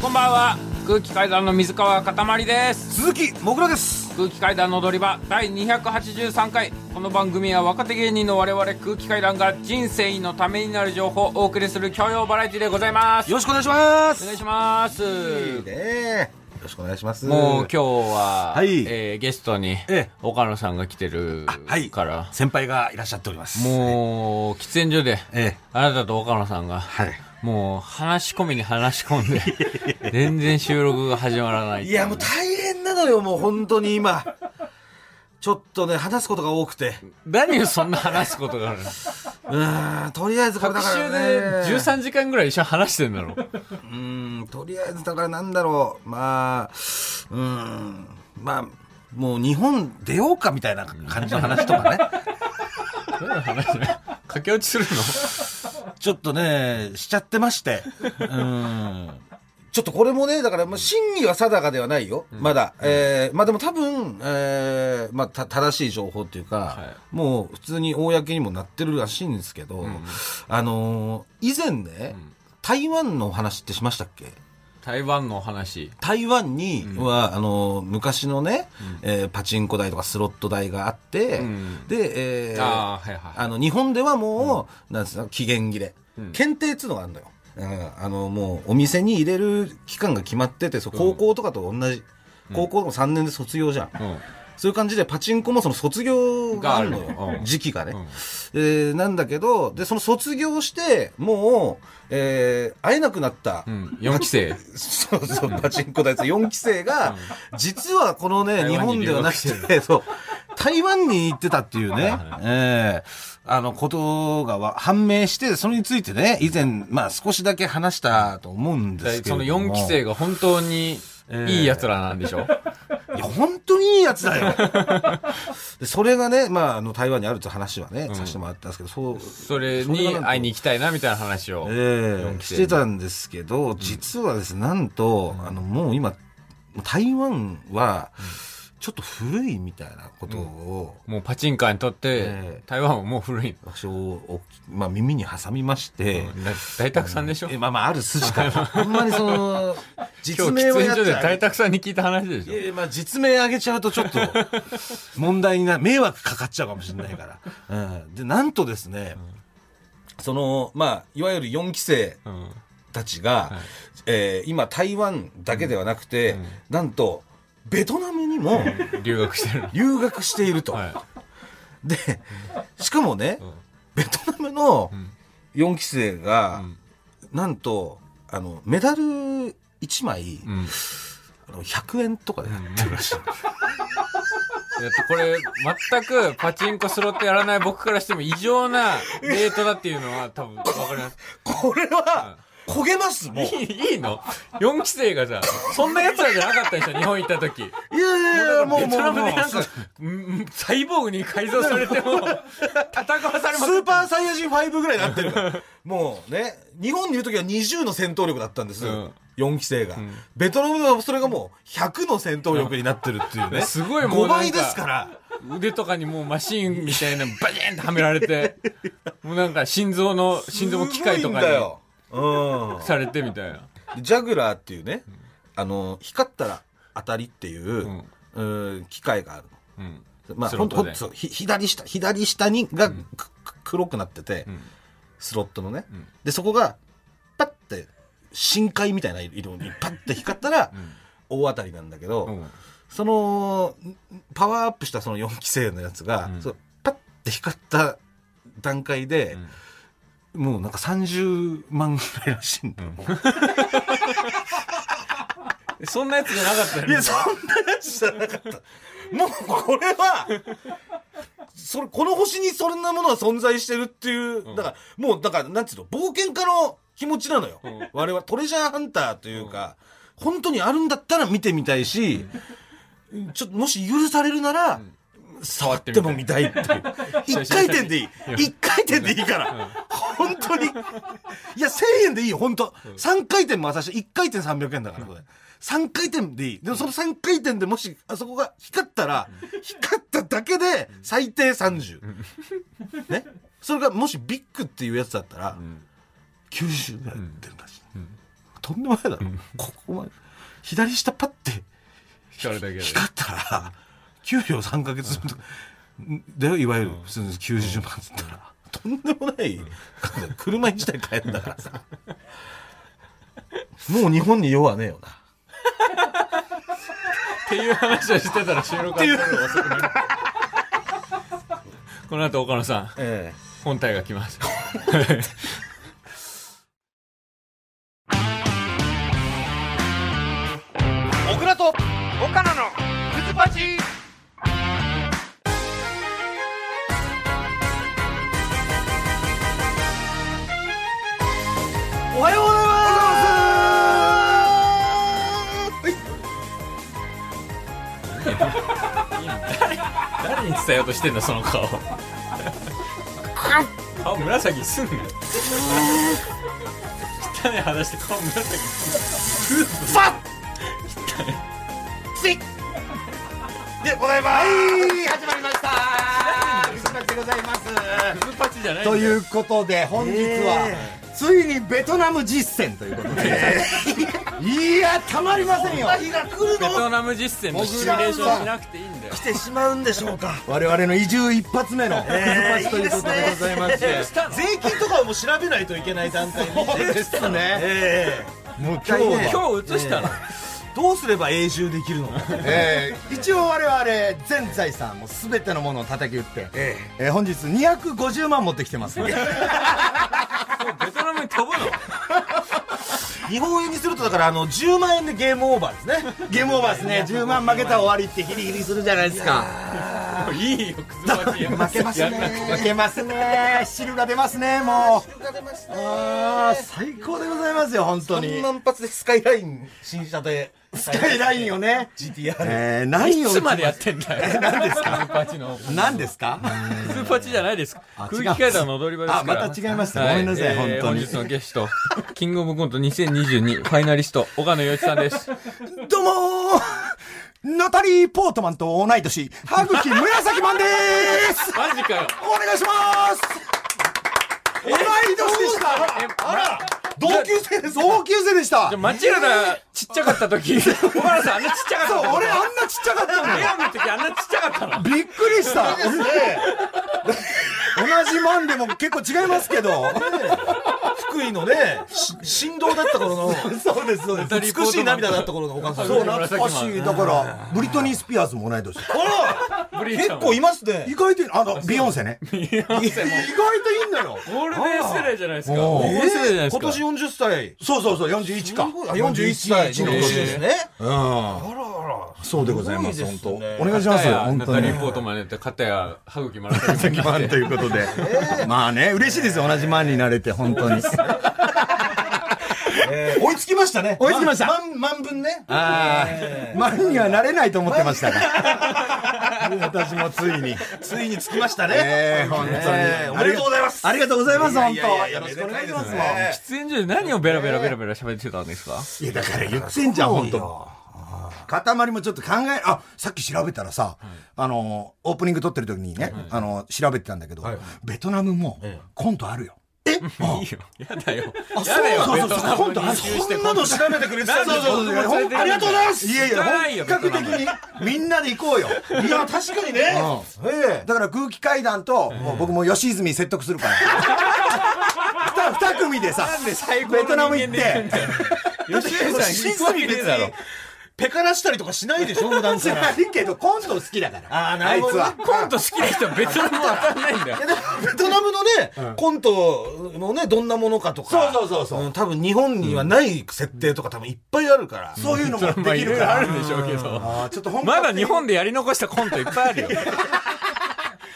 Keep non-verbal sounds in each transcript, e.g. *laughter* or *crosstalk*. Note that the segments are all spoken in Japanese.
こんばんは空気階段の水川かたまりです鈴木もぐらです空気階段の踊り場第283回この番組は若手芸人の我々空気階段が人生のためになる情報をお送りする教養バラエティでございますよろしくお願いしまおす願いしますいいねよろしくお願いしますもう今日は、はいえーゲストにええ岡野さんが来てるはいから、先輩がいらっしゃっておりますもう喫煙所で、ええあなたと岡野さんが、はいもう話し込みに話し込んで全然収録が始まらないいやもう大変なのよもう本当に今ちょっとね話すことが多くて何をそんな話すことがあるのうーんとりあえずこれ学だから、習ね、で13時間ぐらい一緒に話してんだ *laughs* ろうーんとりあえずだからなんだろうまあうーんまあもう日本出ようかみたいな感じの話とかね何の話だよ駆け落ちするちょっとね、しちゃってまして。うん。ちょっとこれもね、だから、まあ、真偽は定かではないよ。まだ。えーまあでも多分、えーまあ、た、正しい情報っていうか、はいもう普通に公にもなってるらしいんですけど、あのー以前ね、台湾のお話ってしましたっけの台湾のお話台湾には、あの昔のね、えーパチンコ台とかスロット台があって、んで、えーあーはいはいあの日本ではもう、なんですか期限切れ、検定っつうのがあるのよ、うんあのもうお店に入れる期間が決まっててそう高校とかと同じ、高校でも3年で卒業じゃん、うんそういう感じでパチンコもその卒業があるのがあるよう。ん時期がね、うんえーなんだけど、で、その卒業して、もう、えー会えなくなった。うん4期生そうそう、パチンコ台です。4期生が、実はこのね、台日湾本にではな留学くて、そう、台湾に行ってたっていうねは、ええあの、ことがわ判明して、それについてね、以前、まあ少しだけ話したと思うんですけれそども。の4期生が本当にいいやつらなんでしょ、いや、本当にいいやつだよ。でそれがね、まあ、あの、台湾にあるって話はね、させてもらったんですけど、そう。それに会いに行きたいなみたいな話を、ええ四期生してたんですけど、実はですね、なんと、あの、もう今、台湾は、ちょっと古いみたいなことを、もうパチンカーにとって、ええ台湾はもう古い私をお、まあ、耳に挟みまして、のだ大沢さんでしょ、えまあまあ、ある筋から。あんまりその、 *laughs* 今実日喫名は煙やっ所ちでゃ大沢さんに聞いた話でしょええまあ実名あげちゃうとちょ *laughs* っと問題にな迷惑かかっちゃうかもしれないから、うん、でなんとですね、そのまあいわゆる4期生うんたちが、いえー今台湾だけではなくて、なんとベトナムにも留学してるの留学していると、はでしかもね、んベトナムの4期生が、んなんとあのメダル1枚、い、うんあの100円とかでやってるらしい、だってこれ、全くパチンコスロットやらない僕からしても異常なレートだっていうのは多分わかります。これは、焦げます、もう。いいいいいの ?4 期生がさ、そんな奴らじゃなかったでしょ日本行った時。やいやいや、もう、ベもトう、ナムもうでなんか、うんサイボーグに改造されても、戦わされスますー。パーサイヤ人5ぐらいになってるから。もうね、日本にいる時は20の戦闘力だったんです。うん4期生が、ベトナムはそれがもう100の戦闘力になってるっていうね。すごいもうなん5か倍ですから。腕とかにもうマシンみたいなのバチーンってはめられて、もうなんか心臓の、心臓も機械とかすごいんだによ。うん。されてみたいな。ジャグラーっていうね、あの、光ったら当たりっていう、うん機械がある。うん。まあ、スロほッんトとでほんとそうひ左下、左下に、が、くく黒くなってて、んスロットのね、んで、そこが、パッて、深海みたいな色にパッて光ったら、大当たりなんだけど、うん。その、んパワーアップしたその4期生のやつが、うんそうパッて光った段階で、もうなんか30万ぐらいらしいんだよ。そんな奴じゃなかったよいねや、。そんなやつじゃなかった。もうこれは、それ、この星にそんなものは存在してるっていう、だから、もう、だから、なんつうの、冒険家の気持ちなのよ。ん我々はトレジャーハンターというか、本当にあるんだったら見てみたいし、ちょっと、もし許されるなら、触っても見たいっていう。一回転でいい。一回転でいいから。本当に。いや、1000円でいいよ、本当。3回転回させて、1回転300円だから、これ。3回転でいい。でもその3回転でもし、あそこが光ったら、光っただけで、最低30。ね。それがもしビッグっていうやつだったら、90ぐらい出るらしい。とんでもないだろ、ここまで左下パッて光るだけで光ったら9秒3か月分とかだよいわゆる普通の90万っつったら、とんでもない車自体買えんだ *laughs* からさもう日本に用はねえよなっていう話をしてたら収録始まるの遅くなるこの後岡野さんえ本体が来ますえ小倉と岡野のくずパチおはようございます誰に伝えようとしてんだその顔顔紫にすんなよ汚い話して顔紫にすでございますはい始まりました水崎でございますんなよパチじゃないとういうことで本日は、ついにベトナム実践ということで、いやたまりませんよ日が来るベトナム実践のシミュレーションしなくていいんだよ来てしまうんでしょうか我々の移住一発目のパチということでございまして、税金とかも調べないといけない団体にそうですねえもう今日今日は、今日映したのえどうすれば永住できるのかえー一応我々全財産もう全てのものを叩き打って、ええー本日250万持ってきてますんでベトナムに飛ぶの日本円にするとだからあの10万円でゲームオーバーですねゲームオーバーですね10万負けたら終わりってヒリヒリするじゃないですかもういいよクズパチ負けますね負けますね汁が出ますねもうあー最高でございますよ本当に3万発でスカイライン新車 *laughs* でスカイラインをね GTR えー、何いをつまでやってんだよ何ですかクズパチの何ですかクズパチじゃないです空違う気階段の踊り場ですあかまらた違いました、はごめんなさい、えー本当本に日のゲスト、キングオブコント2022ファイナリスト、岡野陽一さんです。どうもーナタリー・ポートマンと同い年歯茎紫マンでーすマジかよ。お願いします同い年でしたあら同級生です同級生でしたマチルダちっちゃかった時、小原さんあんなちっちゃかったそうの俺あんなちっちゃかったのよ女神の時あんなちっちゃかったのびっくりした。同じマンでも結構違いますけど。福井のね振動だった頃のそうです、そうでナタリーポートマン美しい涙だった頃のお母さんそう、な懐かしい。だから、ブリトニー・スピアーズも同い年。結結構いますね意外といい、あの、ビヨンセね。意外といいんだよ。ゴールデン世代じゃないですか。おゴーールデン世代じゃないです今か。年40歳そうそうそう、41か。あ41歳の年ですねうん。あらあら。そうでございます、すごい本です当。おね願いします、本ナ当タリにー。ポートマネって片や歯茎マラソン先マンということで。まあね、嬉しいですよ、同じマンになれて、本当に。えー追いつきましたね追いつきました万万分ねああ、マンにはなれないと思ってま *laughs* したから。私もついに。ついにつきましたええ、本当にえ。ーおめでとうございますありがとうございます、本いやいや当。いやよろしくお願いしますめでたいですね出演所で何をベラベラベラベラ喋ってたんですかいや、だから言ってんじゃん、本当。塊もちょっと考え、あ、さっき調べたらさ、あの、オープニング撮ってる時にね、あの、調べてたんだけど、ベトナムもコントあるよ。いいよ。やだよ。あやだよ。そうそベうそうトナム今度あ移住してそんなの調べてくれてたんだそうそうそうほんありがとうございますいやい知らないよや、本格的ベにみんなで行こうよ。いや確かにねうんだから空気階段と、もう僕も吉泉説得す *laughs* るから。二二組でさ、ベトナム行って、吉江さん行くわけねえだろ。ペカらしたりとかしないでしょ普 *laughs* 段知かららんけどコント好きだから。あーなるほどねあいつは。コント好きな人はベトナムわかんないんだよい。やでもベトナムのね、コントのね、どんなものかとか。そうそうそうそうん多分日本にはない設定とか多分いっぱいあるから。そういうのもまあでいきろるいかろら。あるんでしょうけど。あーちょっと本ま格だ的日本でやり残したコントいっぱいあ *laughs* るよ。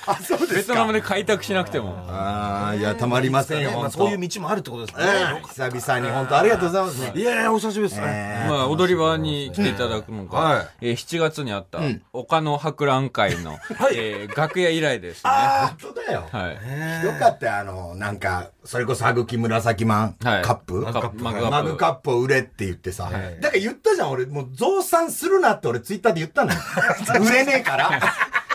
あそうですかベトナムで開拓しなくても。ああいやたまりませんよまあ本当そういう道もあるってことですね。うん久々に本当ありがとうございますねいやいや、お久しぶりですね。えーまあ、踊り場に来ていただくのうんはがい、えー7月にあった、岡野博覧会の、えー楽屋以来ですね。はあ本当だよい。よかったよあのなんかそれこそ歯き紫マンカはいップマグカップマグカップを売れって言ってさだから言ったじゃん俺もう増産するなって俺ツイッターで言ったのよ売れねえから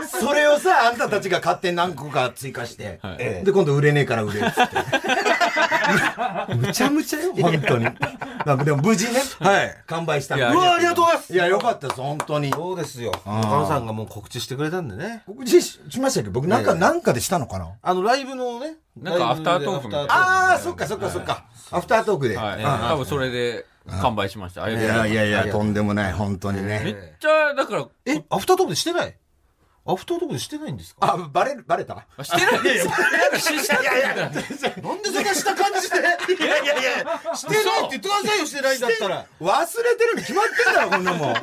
それをさあんたたちが勝手に何個か追加してはいええで今度売れねえから売れっつってむちゃむちゃよ、本当に。なんかでも無事ね、はい。完売したんいやで。うわ、ありがとうございます。いや、よかったです、本当に。そうですよ。岡野さんがもう告知してくれたんでね。僕自身しましたけど、僕なんか、ええなんかでしたのかなあの、ライブのね。なんかアフタートークみたいなああああ、ー、そそっっかかそそっっかかそそっっかか。。アフタートークで。はい、うん多分それで完売しました。ありがいとうござやいいやいや、とんでもない、本当にます。めっね。ちゃ、だから、え、アフタートークでしてないアフタートークでしてないんですかあ、バレる、バレたあしてない *laughs* ですよ。なんかししたって言ったらなんでそんなした感じでいやいやいや、してないって言ってくださいよ、してないんだったら。忘れてるに決まってんだろ、こんなもん。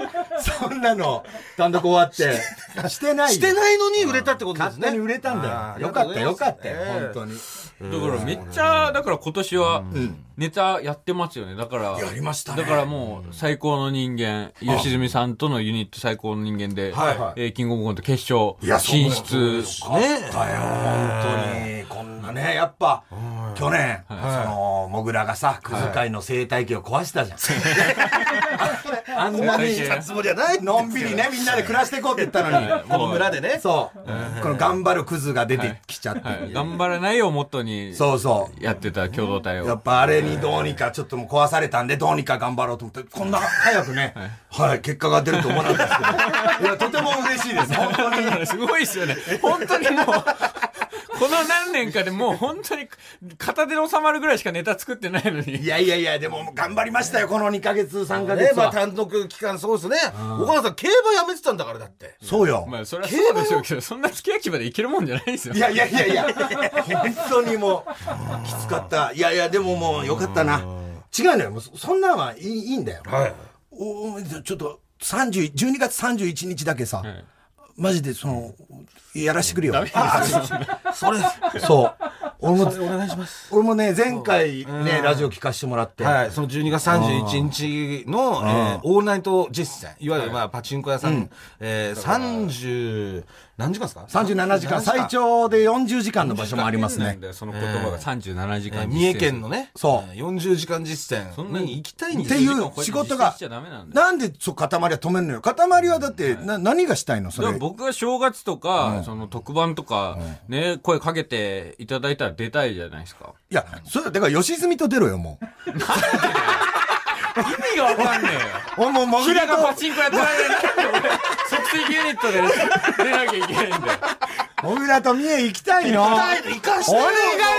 そんなの、単独終わって。してないよ。してないのに売れたってことですね。勝手に売れたんあだーよ。よかった、よかったよ、本に当に。だからめっちゃ、だから今年はネタやってますよね。だから、やりましたねだからもう最高の人間、吉住さんとのユニット最高の人間で、はいはいえーキングオブコント決勝いやそう進だよ出。あったよ、本当に。こんなね、やっぱ、去年、その、モグラがさ、クズ界の生態系を壊し *laughs* たじゃん。あんなに、つもりはない *laughs* のんびりね、みんなで暮らしていこうって言ったのに。この村でね。 *laughs* そう。この頑張るクズが出てきちゃって。はい頑張らないよ、もっとに。そうそやってた共同体う。やを。っぱあれにどうにかちょっともう壊されたんで、どうにか頑張ろうと思って、こんな早くね、はい、結果が出ると思わなかったですけど。いや、とても嬉しいです。本当 *laughs* に。すごいですよね。本当にもう、 *laughs* この何年かでもう本当に片手で収まるぐらいしかネタ作ってないのにい。やいやいや、でも頑張りましたよ、この2ヶ月、3ヶね月まあは。単独期間そうですね。岡野さん、競馬やめてたんだからだって。そうよ。まあそれはそうでしょうけど、そんな付き焼き場でいけるもんじゃないですよい。やいやいやいや、本当にもう、きつかった。いやいや、でももう、よかったな。違うのよ、もうそそんなんはいいいいんだよ。はい。おーちょっと、30、12月31日だけさ、マジでその、やらしてくれよ。あそ *laughs* れ、 *laughs* そう。俺も、お願いします。俺もね、前回ね、ラジオ聞かせてもらって、 *laughs* はい、その12月31日の、えーオールナイト実践、いわゆる、まあ、パチンコ屋さん、えー、30、何時間ですか37時間、最、長で40時間の場所もありますなんね。だよその言葉が37時えー間三重県のね、そうえー40時間実践そんなにに行きたいんっですてよ。いう仕事が実施しちゃダメなんだよなんでそう塊は止めるのよ塊はだって、な何がしたいのそだかられ僕は正月とか、その特番とか、ね、声かけていただいたら出たいじゃないですか。いやそれだから吉住と出ろよもう意味がわかんねえよ。俺もうモグ平ラがパとチンコやってられないって俺、即席ユニットで出なきゃいけないんだよ。モグラと三重行きたいのお願い行かしてよ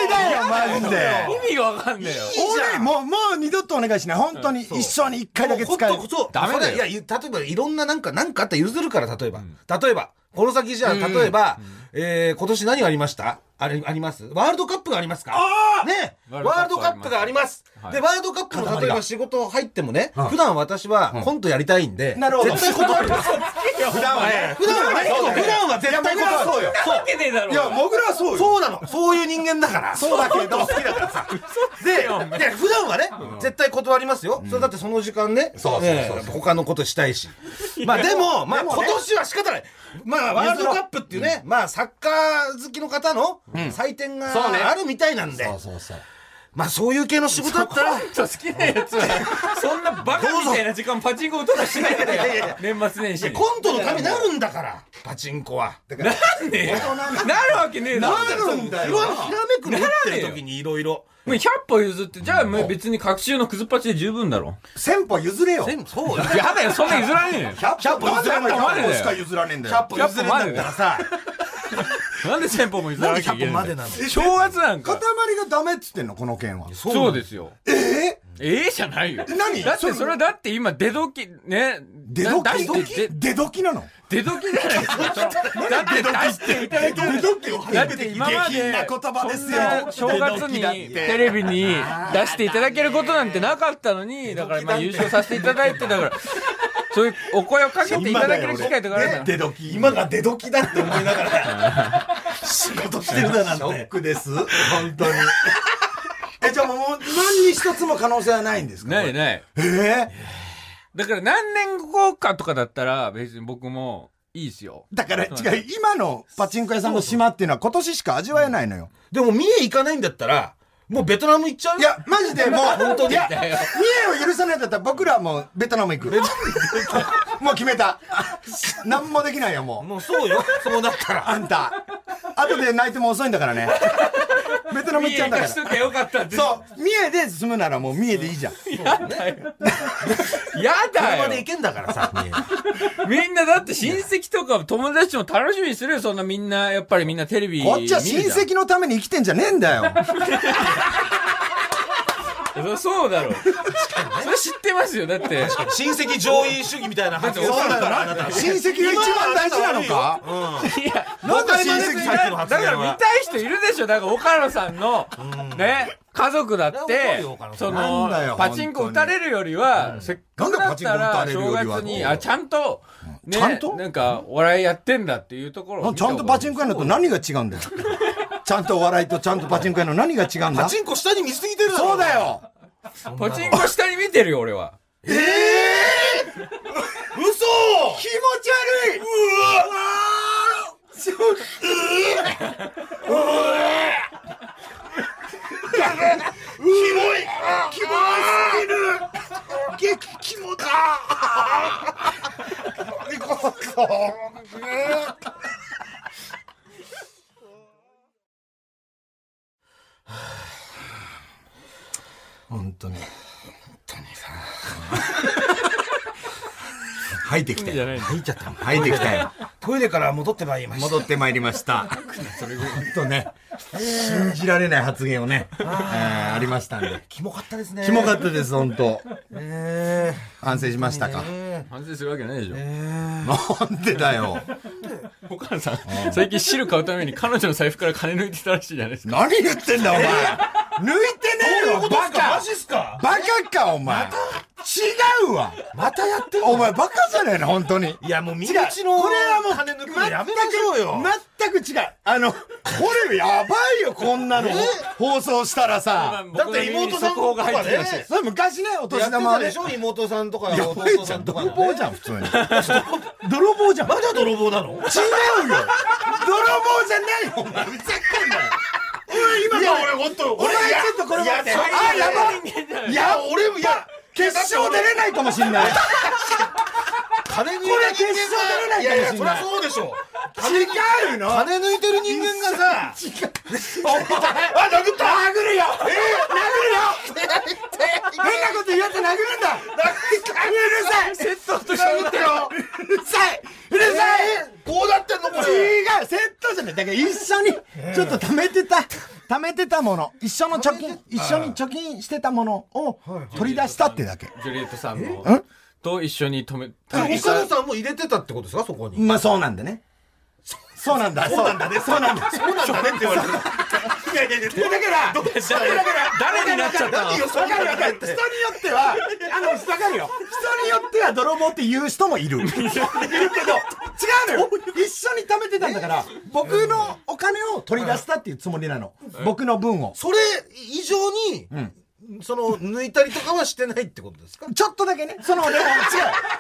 だよマジで意味がわかんねえよ。俺もうもう二度とお願いしない本当に一生に一回だけ使えるほっとそうダメだよそれいや、例えばいろんななんか、なんかあったら譲るから、例えば。例えば、この先じゃあ、例えば、えー今年何がありましたあれ、ありますワールドカップがありますかねワワーールルドドカカッッププががあありりまます。はいで、ワールドカップの例えば仕事入ってもね、普段私はコントやりたいんで、なるほど絶対断 *laughs* るんですよ。普段はね普段はね、そうだよ普段は絶対いや断る。僕はそうよそうわけねえだろ。いやモグラはそうよそうなの。 *laughs* そういう人間だから。そうだけど好きだからさ。で、いや普段はね、絶対断りますよ。それだってその時間ね、そうそうそうええ他のことしたいし。まあでも、まあ今年は仕方ない。まあワールドカップっていうね、まあサッカー好きの方の祭典がそうねあるみたいなんで、そうそうそうまあそういう系の仕事だったら、好きなやつは、そんなバカみたいな時間パチンコ打たらしないんだいやいやいよ。年末年始に。コントのためになるんだから、パチンコは。なんでよなるわけねえだろ。なるんだひよらひらめくの打ってる時にいろいろ。もう100歩譲って、じゃあもう別に各週のくずっぱちで十分だろ。千歩譲れよ全部そうよ。やだよ、そんな譲らね *laughs* えよ。 100歩譲れない100歩までだよ100歩しか譲らねえんだよ100歩譲れんだったら *laughs* さ、なんで先方も譲らななんできゃい100け歩なまいんでだなのよ正月なん塊か。がダメっつってんのこの件はそうですよ。えええじゃないよ。何だってそそれれだって今出時、ね。出どだ出きして、出どきなの出時じゃないだって出していただいてる。だって今まで、下品な言葉ですよそんな正月出時だっにてテレビに出していただけることなんてなかったのに、だから今優勝させていただいて、だから、そういうお声をかけていただける機会とかあるから。出どき今が出時だって思いながら仕事してるだなんショッてクです。本当に。え、じゃあもう、何に一つも可能性はないんですかないない。えーだから何年後かとかだったら別に僕もいいですよ。だからそうなん違う、今のパチンコ屋さんの島っていうのは今年しか味わえないのよ。でも三重行かないんだったらもうベトナム行っちゃういよや、マジでもう、本当に。いや、三だよ重を許さないんだったら僕らはもうベトナム行く。もう決めた。何もできないよ、もう。もうそうよそうなったらあんた。後で泣いても遅いんだからね。ベトナム行っちゃうんだかからしときゃよかったって。そう三重で進むならもう三重でいいじゃんう。や車だで行よ。けんだからさ。三重みんなだって親戚とか友達も楽しみにするよ。そんなみんな、やっぱりみんなテレビ見こっるちじゃはん。親戚のために生きてんじゃねえんだよ戚。そうだろう。それ知ってますよ。だって。親戚上位主義みたいな発言するから、あなた。親戚が一番大事なのいかや、なんで親戚さっきだの発か言ら見は。たい人いるでしょ。だから岡野さんの、ね、家族だっそてれは怒るよ岡野、さそんのなんだよ、パチンコ打たれるよりは、せっかくだったならん、でパチ正ンコ打たれるよ月りに、はあ、ちゃんと、ね、ちゃんとなんか、お笑いやってんだっていうところをちゃんとパチンコ屋のと何が違うんだよちゃんとお笑いとちゃんとパチンコ屋の何が違うんだパチンコ下に見すぎてるだろ。そうだ。よ *laughs* パチンコ下に見てるよ、俺は。嘘気持ち悪いうわ本当に。本当にさ。入ってきたよ。入っちゃった。入ってきたよ。トイレから戻ってまいりました。戻ってまいりました。本当ね、信じられない発言をね、えーありましたんで。キモかったですね。キモかったです本当え反省しましたーかえ反省するわけないでしょ。ーなんでだよ岡野さん、最近汁買うために彼女の財布から金抜いてたらしいじゃないですか。何言ってんだお前抜いてねえよバカジっすかバカかお前違うわまたやってるお前バカじゃねえの本当にいや、もう身内の。これはもう金抜くのやめましょうよ。全く違うあのこれやばいよこんなの放送したら *laughs* さだって妹さん速と報が入かってねきましたよ。それ昔ねおや年って玉たはでねしょ妹さんとかやばい弟じゃさんんとか泥ね。棒じゃん普通に違うよ泥棒じゃん。まだ泥棒なの泥棒じゃないお前ふざけんなよ今いや俺本当お前ちょっとこれ待ってあやばいいや俺もいや決勝出れないかもしんない金抜いてこれ決勝出れないかもしんないいやいやそりゃそうでしょ違うの金抜いてる人間がさお前あ殴った殴るよえ殴るよ変なこと言うやつ殴るんだうるさいセットと殴ってようるさいうるさいこうなってんのこれ違うセットじゃないだから一緒にちょっと貯めてた貯めてたもの一緒の貯金一緒に貯金してたものを取り出したってだけジュリエットさんのえん、と一緒に止め、岡野さんも入れてたってことですかそこにまあそうなんでねそうなんだそうなんだそうなんだそうなんだねって言われていやいやいやだから誰になっちゃったの何よそわんかなるのわかる人によってはあのわかるよ人によっては泥棒って言う人もいるいるけど違うのよ一緒に貯めてたんだから僕のお金を取り出したっていうつもりなの僕の分をそれ以上にその抜いたりとかはしてないってことですかちょっとだけねその俺も違う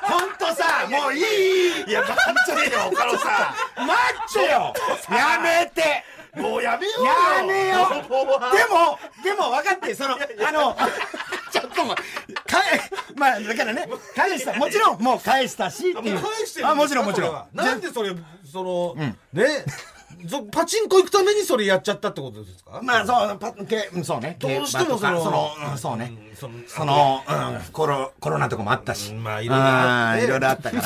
本当さもういいいや待ってよ岡野さ待ってよやめてんもうやめようやめよ泥棒はでも、でも分かって、その、あの、ちょっともう、かえ、まあ、だからね、返した、もちろん、もう返したし、っていう返してるあ、もちろん、もちろん。なんじでそれその、ねぞパチンコ行くためにそれやっちゃったってことですかゃまあ、そう、パけうんそうね。どうしても競馬とかそそのの、うんそうね。そのその、うん、コロ、コロナとかもあったし。まあいいろいろあっていろいろあった *laughs* から。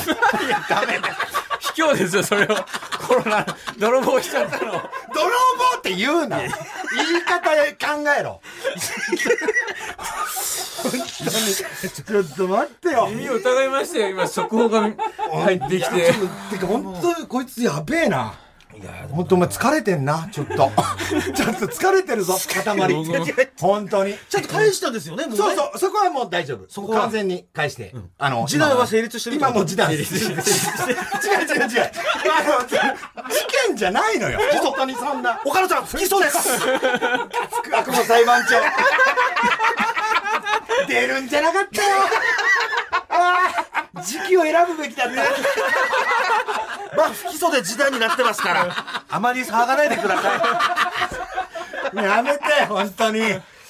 卑怯ですよ、それを。コロナ、泥棒しちゃったの。泥棒って言うな。言い方考え *laughs* ろ。本当に。ちょっと待ってよ。耳を疑いましたよ、今、速報が入ってきて。てか本当にこいつやべえな。本当お前疲れてん *laughs* な、ちょっと。ちょっと疲れてるぞ、塊僕も。本当に。ちゃんと返したんですよね、もうねそうそう、そこはもう大丈夫。そこは完全に返して。あの、示談は成立してるってこ今ともう示談。違う違う違う。 *laughs* あの、事件じゃないのよ。本当にそんな。岡野さん、不起訴です悪魔裁判長。出るんじゃなかっ *laughs* たよ。ああ、時期を選ぶべきだった。まあ、不起訴で示談になってます *laughs* から、あまり騒がないでください。やめて、本当に。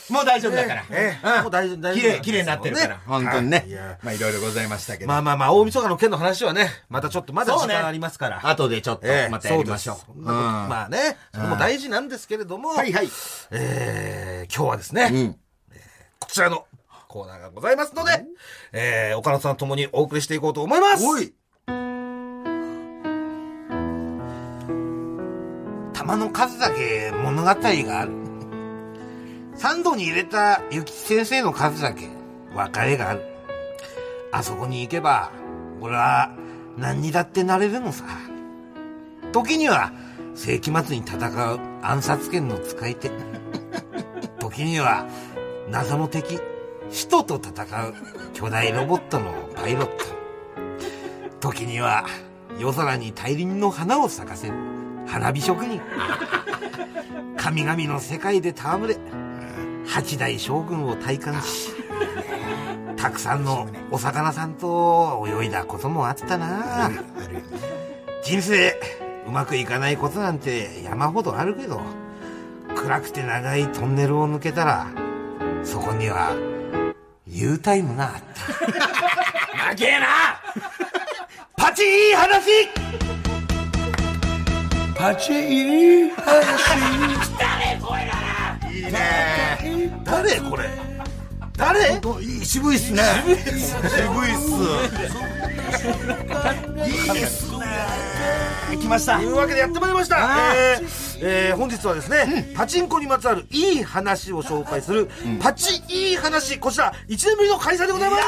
もう大丈夫だから。ええもう大丈夫、大丈夫。綺麗、綺麗になってるから。ね本当にはいいねや。まあいろいろございましたけど。まあまあまあ、大晦日の件の話はね、またちょっとまだ時間ありますから。後でちょっとええまたやりましょうそ。ですうんそんなことまあね、それも大事なんですけれども、はいはい。えー今日はですね、んえーこちらのコーナーがございますので、えー岡野さんともにお送りしていこうと思います。おい玉の数だけ物語がある。三度に入れた諭吉先生の数だけ別れがある。あそこに行けば、俺は何にだってなれるのさ。時には世紀末に戦う暗殺権の使い手。時には謎の敵、使徒と戦う巨大ロボットのパイロット。時には夜空に大輪の花を咲かせる花火職人神々の世界で戯れ八代将軍を体感したくさんのお魚さんと泳いだこともあったな人生うまくいかないことなんて山ほどあるけど暗くて長いトンネルを抜けたらそこには U タイムがあった *laughs* なげえなパチいい話パチいい話。誰これ誰いい渋いっすね。渋いっすいいですね。来ましたとい。うわけでやってまいりましたえーえー本日はですね、パチンコにまつわるいい話を紹介する、パチいい話こちら1年ぶりの開催でございます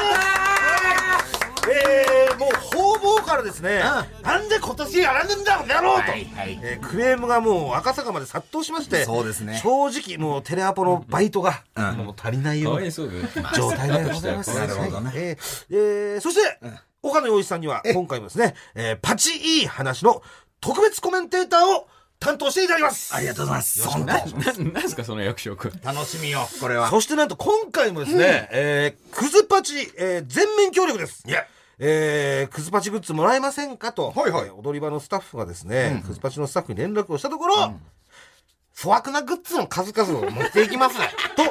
えーもう方々からですね、なんで今年やらねえんだろうやろうと、はいはいえークレームがもう赤坂まで殺到しましてそうですね正直もうテレアポのバイトが、うんもう足りないよかうわないそうで状態でございます。なるほどねえーえーそして、岡野洋一さんには、今回もですね、えーパチいい話の特別コメンテーターを担当していただきます。ありがとうございます。そんなそんななんですかその役職楽しみよ、これは。そしてなんと今回もですね、えークズパチ、えー全面協力です。いやえークズパチグッズもらえませんかと、はいはいえー踊り場のスタッフがですね、クズパチのスタッフに連絡をしたところ、粗悪なグッズの数々を持っていきます *laughs* と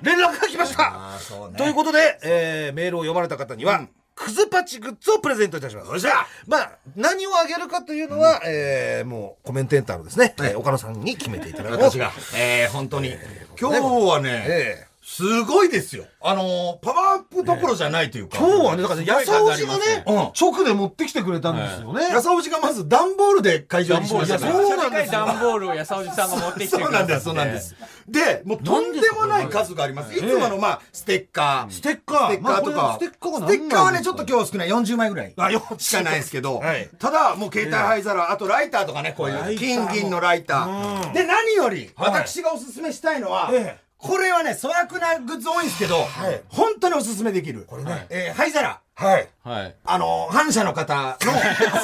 連絡が来ましたあーそうねということで、えーメールを読まれた方には、クズパチグッズをプレゼントいたします。よっしゃまあ、何をあげるかというのは、えーもうコメンテーターのですね、えー岡野さんに決めていただく私が。えー、本当に。今日はね、ええすごいですよ。あのー、パワーアップどころじゃないというか。今日はね、だからね、野すごい草数地がありますね、直で持ってきてくれたんですよねうん。。やさおじがまず段ボールで会場にしましたから段ボールそうなんですよ段ボールをやさおじさんが持ってきてくそうれたなんです、そうなんです。で、もうとんでもない数があります。いつもの、まあ、ステッカー。ステッカーステッカーとまあか。これステッカーが何なんステッカーはね、ちょっと今日少ない。40枚ぐらい。あ、よしかないですけどはい、ただ、もう携帯灰皿、あとライターとかね、こうラいイう、ター金も銀のライター。で、何より、はい私がおすすめしたいのはええ、これはね、粗悪なグッズ多いんですけどい、本当におすすめできる。これね。えー灰皿。はい。はいあの、反社の方 *laughs* の、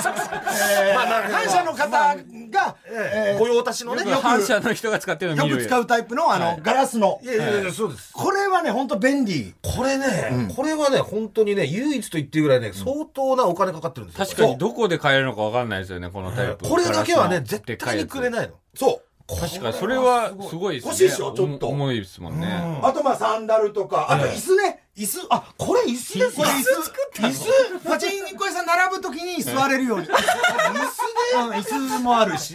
えー反社の方が、えー御用達のね。よく反社の人が使ってるのよ見るく使うタイプの、あの、ガラスの。いやいやいや、そうです。これはね、ほんと便利。これね、これはね、本当にね、唯一と言っていいぐらいね、相当なお金かかってるんですよ。確かにどこで買えるのかわかんないですよねこのタイプこれだけはね、絶対にくれいないの。そう。確かにそれはすごいですね欲しいでしょちょっとお重いですもんねあとまあサンダルとか、あと椅子ね。椅子、あ、これ椅子ですこれ椅子作った椅子パチンコ屋さん並ぶときに座れるように。椅子で椅子もあるし。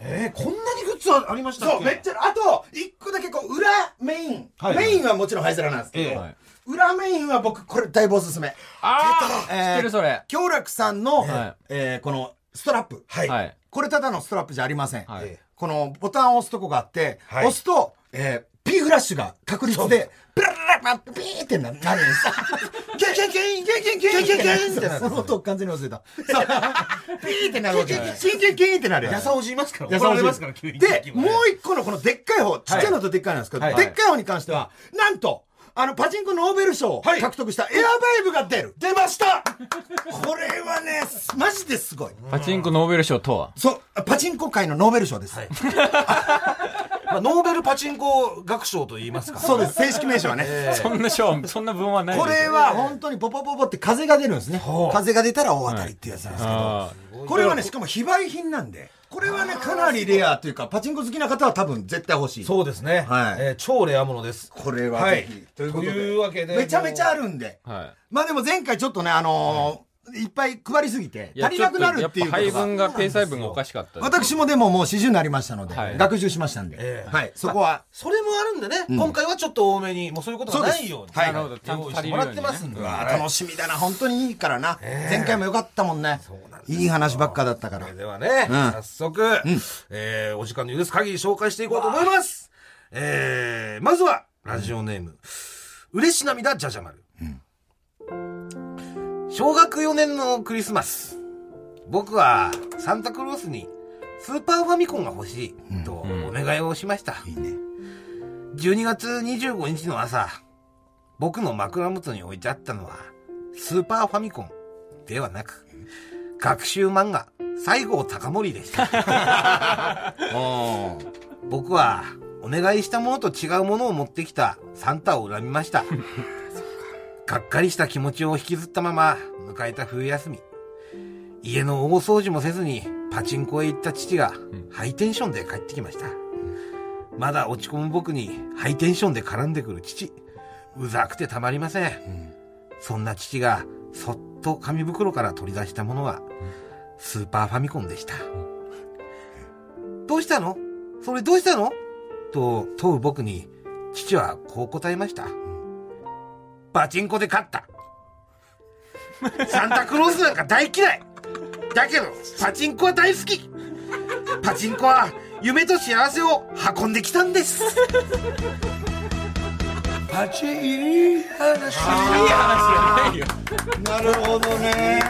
えー、こんなにグッズありましたっけそう、めっちゃ、あと、一個だけこう、裏メイン。はいメインはもちろん灰皿なんですけど、はい裏メインは僕、これだいぶおすすめ。ああ知ってるそれ京楽さんの、はいえーこのストラップ、はいこれただのストラップじゃありません、はいこのボタンを押すとこがあって、はい押すと、えー、P フラッシュが確率でピララララピーってななるんですケンケンケンケンケンケンケンケンってなるその音を完全に忘れたそうピーってなるわけケンケンケンってなるやさおじいますから。やさおじ怒られますから、急に。で、もう一個のこのでっかい方、ちっちゃいのとでっかいなんですけど、はいでっかい方に関しては、なんと、あの、パチンコノーベル賞をはい獲得したエアバイブが出る。出ましたこれはね、マジですごい。パチンコノーベル賞とはそう、パチンコ界のノーベル賞です。まあ、ノーベルパチンコ学賞と言いますか。そうです、正式名称はね。そんな賞そんな分はないこですれは本当にポポポポって風が出るんですね。風が出たら大当たりっていうやつなんですけど。あこれはね、しかも非売品なんで。これはね、かなりレアというか、パチンコ好きな方は多分絶対欲しい。そうですね。はいえー超レアものです。これはぜひ、はいということで。というわけでめちゃめちゃあるんで。はまあでも前回ちょっとね、あのーいっぱい配りすぎて、いや足りなくなるっていうちこょとやとっぱ配分が。が、ペイ細分がおかしかったです。私もでももう40になりましたので、はい学習しましたんで、ええはい、そこは、それもあるんでね、今回はちょっと多めに、もうそういうことがないように。そうですはいなるほどちゃんと用意してもらってますんで。うわー楽しみだな、本当にいいからな。前回もよかったもんね。いい話ばっかだったからそれ。ではね、早速、えーお時間の許す限り紹介していこうと思います。えー、まずは、ラジオネーム、嬉し涙じゃじゃ丸。小学4年のクリスマス。僕は、サンタクロースに、スーパーファミコンが欲しい、とお願いをしました。12月25日の朝、僕の枕元に置いてあったのは、スーパーファミコンではなく、学習漫画、西郷隆盛でした。 *laughs* 僕は、お願いしたものと違うものを持ってきたサンタを恨みました。がっかりした気持ちを引きずったまま、迎えた冬休み。家の大掃除もせずに、パチンコへ行った父が、ハイテンションで帰ってきました。まだ落ち込む僕に、ハイテンションで絡んでくる父。うざくてたまりません。そんな父が、そっと紙袋から取り出したものは、スーパーファミコンでした。どうしたのそれどうしたのと問う僕に、父はこう答えました。パチンコで勝った。サンタクロースなんか大嫌い。だけど、パチンコは大好き。パチンコは夢と幸せを運んできたんです。パチン話。なるほどね。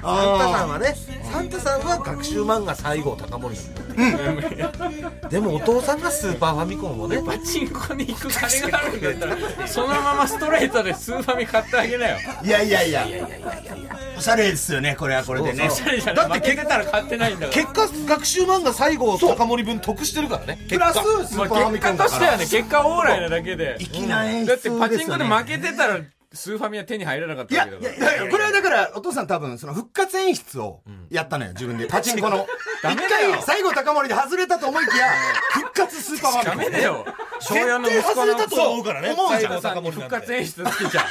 サンタさんはねサンタさんは学習漫画西郷隆盛うん、でもお父さんがスーパーファミコンをねパチンコに行く金があるんだったら、そのままストレートでスーファミ買ってあげなよ。いやいやいや。おしゃれですよね、これはこれでだね。って負けてたら買ってないんだから。結果学習漫画西郷隆盛分得してるからねプラス、スまーパーフあァミ結果コン *laughs* とだしかてはら。ね、結果オーライなだけで。粋な演だ出ってですよねパチンコで負けてたら、スーファミは手に入らなかっいたわや、けだいからや。いや、これはだから、お父さん多分、その復活演出をやった *laughs* のよ、自分で。パチンコの。ダ一メだよ回、最後高森で外れたと思いきや、復活スーパーファミコダン。メだよ。小絶4の息対子外れのたと思うからね。思う西じゃん。郷さんに復活演出好きじゃん。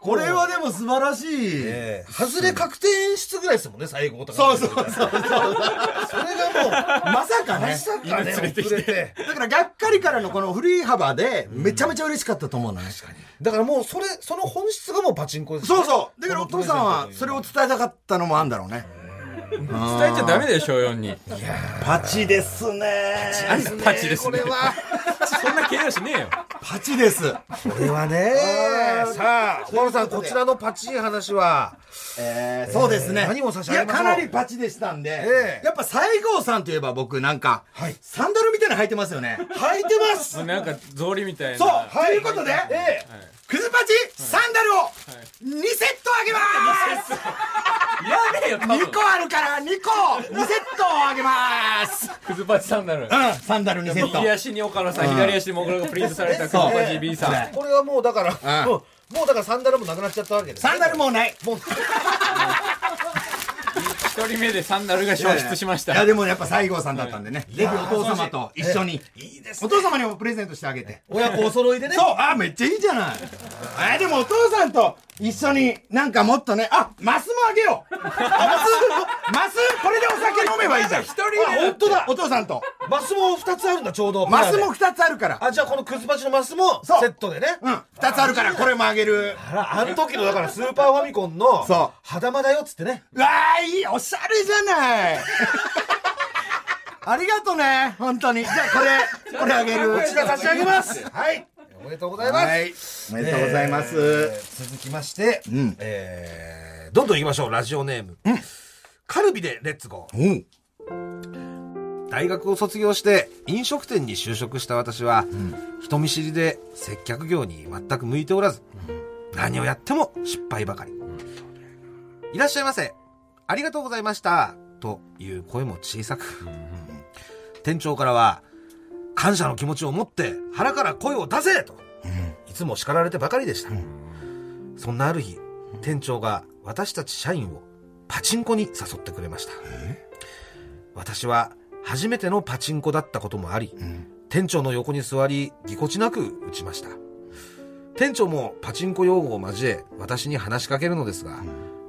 これはでも素晴らしい。ええ外れ確定演出ぐらいですもんね西郷隆そう盛そうそうそう。それがもうまさかまね。さかね犬連れてきて遅れてだから、がっかりからのこの振り幅で、めちゃめちゃ嬉しかったと思うのね。だからもうそれその本質がもうパチンコですそうそう。だから、お父さんは、それを伝えたかったのもあんだろうね。 *laughs* 伝えちゃダメだよ、小4に。パチですね。何パチですね。そんな形容しねえよ。パチです。これはねさあ小原さんこちらのパチン話はえーそうですね。えー何を差し上げましょういや、かなりパチでしたんで、ええやっぱ西郷さんといえば僕なんか、はいサンダルみたいなの履いてますよね。履いてますなんか、草履みたいな。そう、ということで、クズパチサンダルを2セットあげます、いらねえよ、多分 !2 個あるから2個 !2 セットあげますクズパチさんなのよ。うん、サンダル2セット。右足に岡野さん、左足にもぐらがプリントされたクズパチ B さん。これはもうだから、うんもうもうだからサンダルもなくなっちゃったわけですねサンダルもうない。もう一人目でサンダルが消失しました。いや、でもやっぱ西郷さんだったんでね、ぜひお父様と一緒に、お父様にもプレゼントしてあげて。親子お揃いでねそうあめっちゃいいじゃないあでもお父さんと一緒になんかもっとねあマスもあげようマスマスこれでお酒飲めばいいじゃん一人本当だお父さんとマスも2つあるんだちょうどマスもペ2つあるからアであじゃあこのクズバチのマスもそうセットでねうん2つあるからこれもあげるあらあの時のだからスーパーファミコンのそう肌間だよっつってねうわあいいおしゃれじゃないありがとね本当にじゃあこれこれあげるこちら差し上げますはいおめでとうございます、はいおめでとうございます、えー続きまして、んえーどんどんいきましょうラジオネーム、カルビでレッツゴーうん大学を卒業して飲食店に就職した私は、人見知りで接客業に全く向いておらず、何をやっても失敗ばかり、いらっしゃいませありがとうございましたという声も小さく、店長からは感謝の気持ちを持って腹から声を出せと、いつも叱られてばかりでした、そんなある日店長が私たち社員をパチンコに誘ってくれました私は初めてのパチンコだったこともあり、店長の横に座りぎこちなく打ちました店長もパチンコ用語を交え私に話しかけるのですが、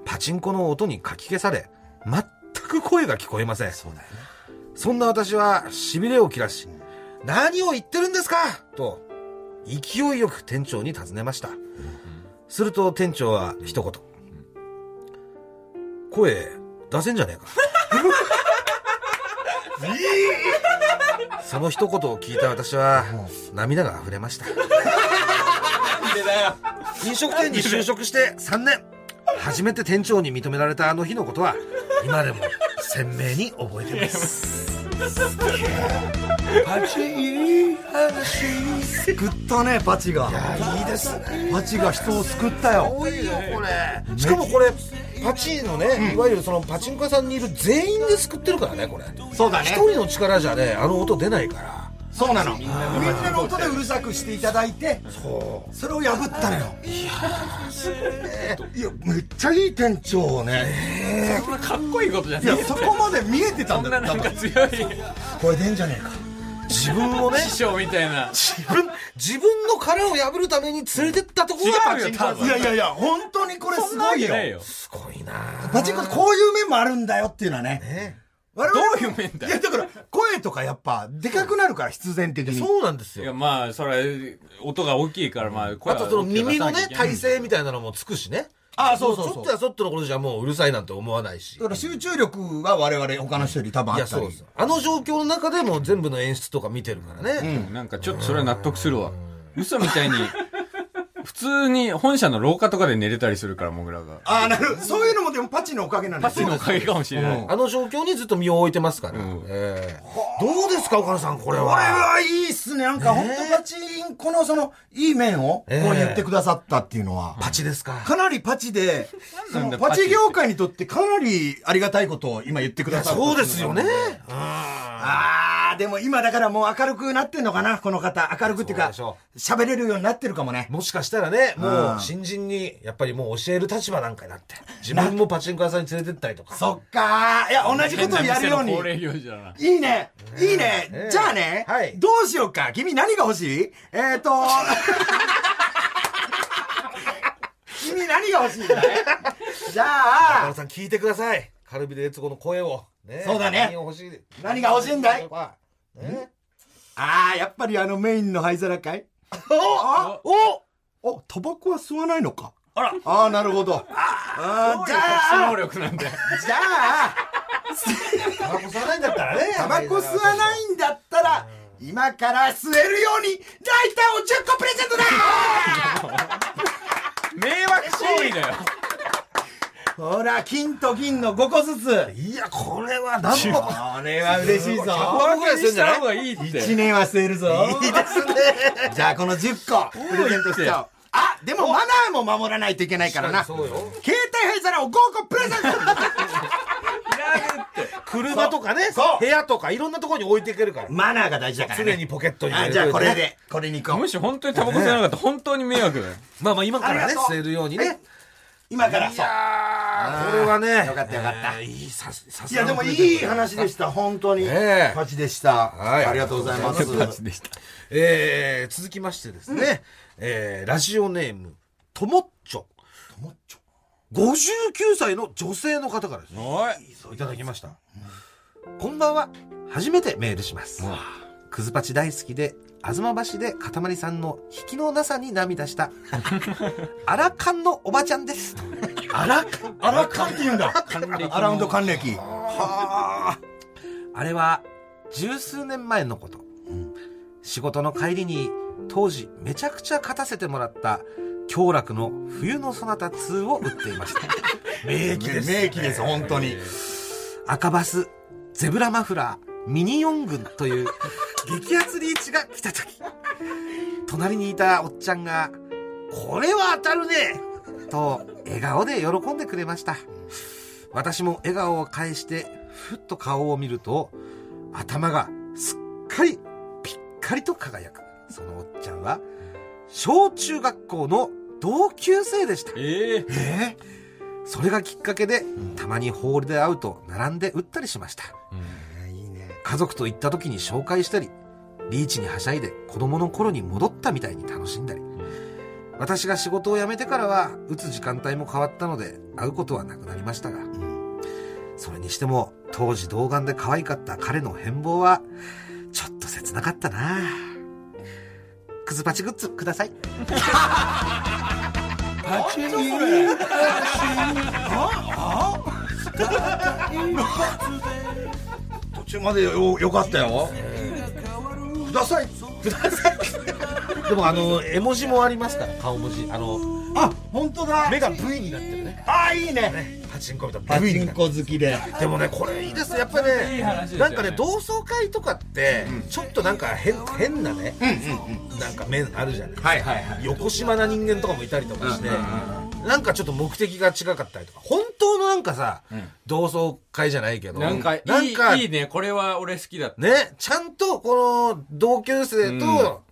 パチンコの音にかき消され全く声が聞こえませんそんな私はしびれを切らし、何を言ってるんですかと勢いよく店長に尋ねました、すると店長は一言、声出せんじゃねえかその一言を聞いた私は涙が溢れました飲食店に就職して3年初めて店長に認められたあの日のことは今でも鮮明に覚えてますパチいい話救ったねパチがいいですねパチが人を救ったよ多いよこれしかもこれパチンのね、いわゆるそのパチンコ屋さんにいる全員で救ってるからねこれそうだ一人の力じゃねあの音出ないからそうなのみんなの音でうるさくしていただいてそうそれを破ったのよいやめっちゃいい店長ねそんなかっこいいことじゃいなやいそこまで見えてたそんんだななよんか強い声出んじゃねえか自分をね師匠みたいな自分 *laughs* 自分の殻を破るために連れてったとこがあるよ多分いやいやいや本当にこれすごいよないよすごいなパチンコってこういう面もあるんだよっていうのはねね我々もどういう面だいやだから声とかやっぱでかくなるから必然的にそうなんですいよやまあそれ音が大きいからまあ声あはとその耳大きく出さのねなきゃいけない体勢みたいなのもつくしねああそうそうそうちょっとやそっとのことじゃもううるさいなんて思わないしだから集中力は我々他の人より多分いあやったそうりですあの状況の中でも全部の演出とか見てるからね、うんなんかちょっとそれは納得するわ嘘みたいに普通に本社の廊下とかで寝れたりするからモグラがああなるほどそういうのもでもパチのおかげなんでパすチのおかげかもしれない、うんあの状況にずっと身を置いてますから、うんええどうですか岡野さんこれはこれはいいっすねなんか本当パチンコのそのいい面をこうええ言ってくださったっていうのはパチですかかなりパ *laughs* チでそなんのだパチ業界にとってかなりありがたいことを今言ってくださったそうですよねあーでも今だからもう明るくなってんのかなこの方明るくっていうそうかでしょ喋れるようになってるかもねもしかしたらねもううん新人にやっぱりもう教える立場なんかになって自分もパチンコ屋さんに連れてったりとかそっかーいや同じことをやるように変な店の恒例行事だないいねいいね、ええじゃあね、はいどうしようか君何が欲しいえっ、ー、と *laughs* 君何が欲しいんだいじゃ岡野あさん聞いてくださいカルビで越後の声を、ねそうだね何を欲しい何が欲しいんだいとかねあーやっぱりあのメインの灰皿かいおおおおタバコは吸わないのかあらあーなるほどあーじゃ特殊能あ力なんだよじゃあタバコ吸わないんだったらねタバコ吸わないんだったら今から吸えるようにライターを10個プレゼントだ *laughs* 迷惑行為だよほら金と銀の5個ずついやこれは何もこれは嬉しいぞタバコぐらいするんじゃしたない方がいいって1年は吸えるぞいいですねじゃあこの10個プレゼントしちゃおうあでもマナーも守らないといけないからなそうよ携帯灰皿を5個プレゼント車とかねそう部屋とかいろんなところに置いていけるからマナーが大事だから、ね、常にポケットに入あれてじゃおあいてこれでこれに行こもうし本当にタバコ吸わなかったら本当に迷惑だよまあまあ今からあねりがとう吸えるようにね今からそうこれはねよかったよかったえーいいさすさすいがやのでもプレゼントいい話でした本当にええ勝ちでした、はいありがとうございますパ *laughs* チでしたえー続きましてですね、えーラジオネームともっちょともっちょ59歳の女性の方からですおいいただきました。こんばんは。初めてメールします。くずぱち大好きで、東橋でかたまりさんの引きのなさに涙 *laughs* した。アラカンのおばちゃんです。あらかんあらかんって言うんだアラウンド還暦あれは、十数年前のこと。仕事の帰りに、当時めちゃくちゃ勝たせてもらった、京楽の冬のソナタ2を売っていました。名機です、ね。名機です本当に赤バス、ゼブラマフラー、ミニ四軍という激アツリーチが来た時、隣にいたおっちゃんが、これは当たるねと笑顔で喜んでくれました。私も笑顔を返して、ふっと顔を見ると、頭がすっかりぴっかりと輝く。そのおっちゃんは、小中学校の同級生でした。えええそれがきっかけで、たまにホールで会うと並んで打ったりしました。いいね。家族と行った時に紹介したり、リーチにはしゃいで子供の頃に戻ったみたいに楽しんだり、私が仕事を辞めてからは打つ時間帯も変わったので会うことはなくなりましたが、それにしても当時童顔で可愛かった彼の変貌は、ちょっと切なかったなクズパチグッズください。途中までよよかったよくださいくださいでもあの絵文字もありますから顔文字あのあ、本当だ。目が V になってるねあ、いいね。パチンコみたいなパ V チにンなってコ好きで。るでもねこれいいですねやっぱねいい話ですよねなんかね同窓会とかってちょっとなんか変変なねなんか面あるじゃないはいはいはい。横島な人間とかもいたりとかして、なんかちょっと目的が違かったりとか本当のなんかさ、同窓会じゃないけどなんかいいなんかいいねこれは俺好きだったね、ちゃんとこの同級生と、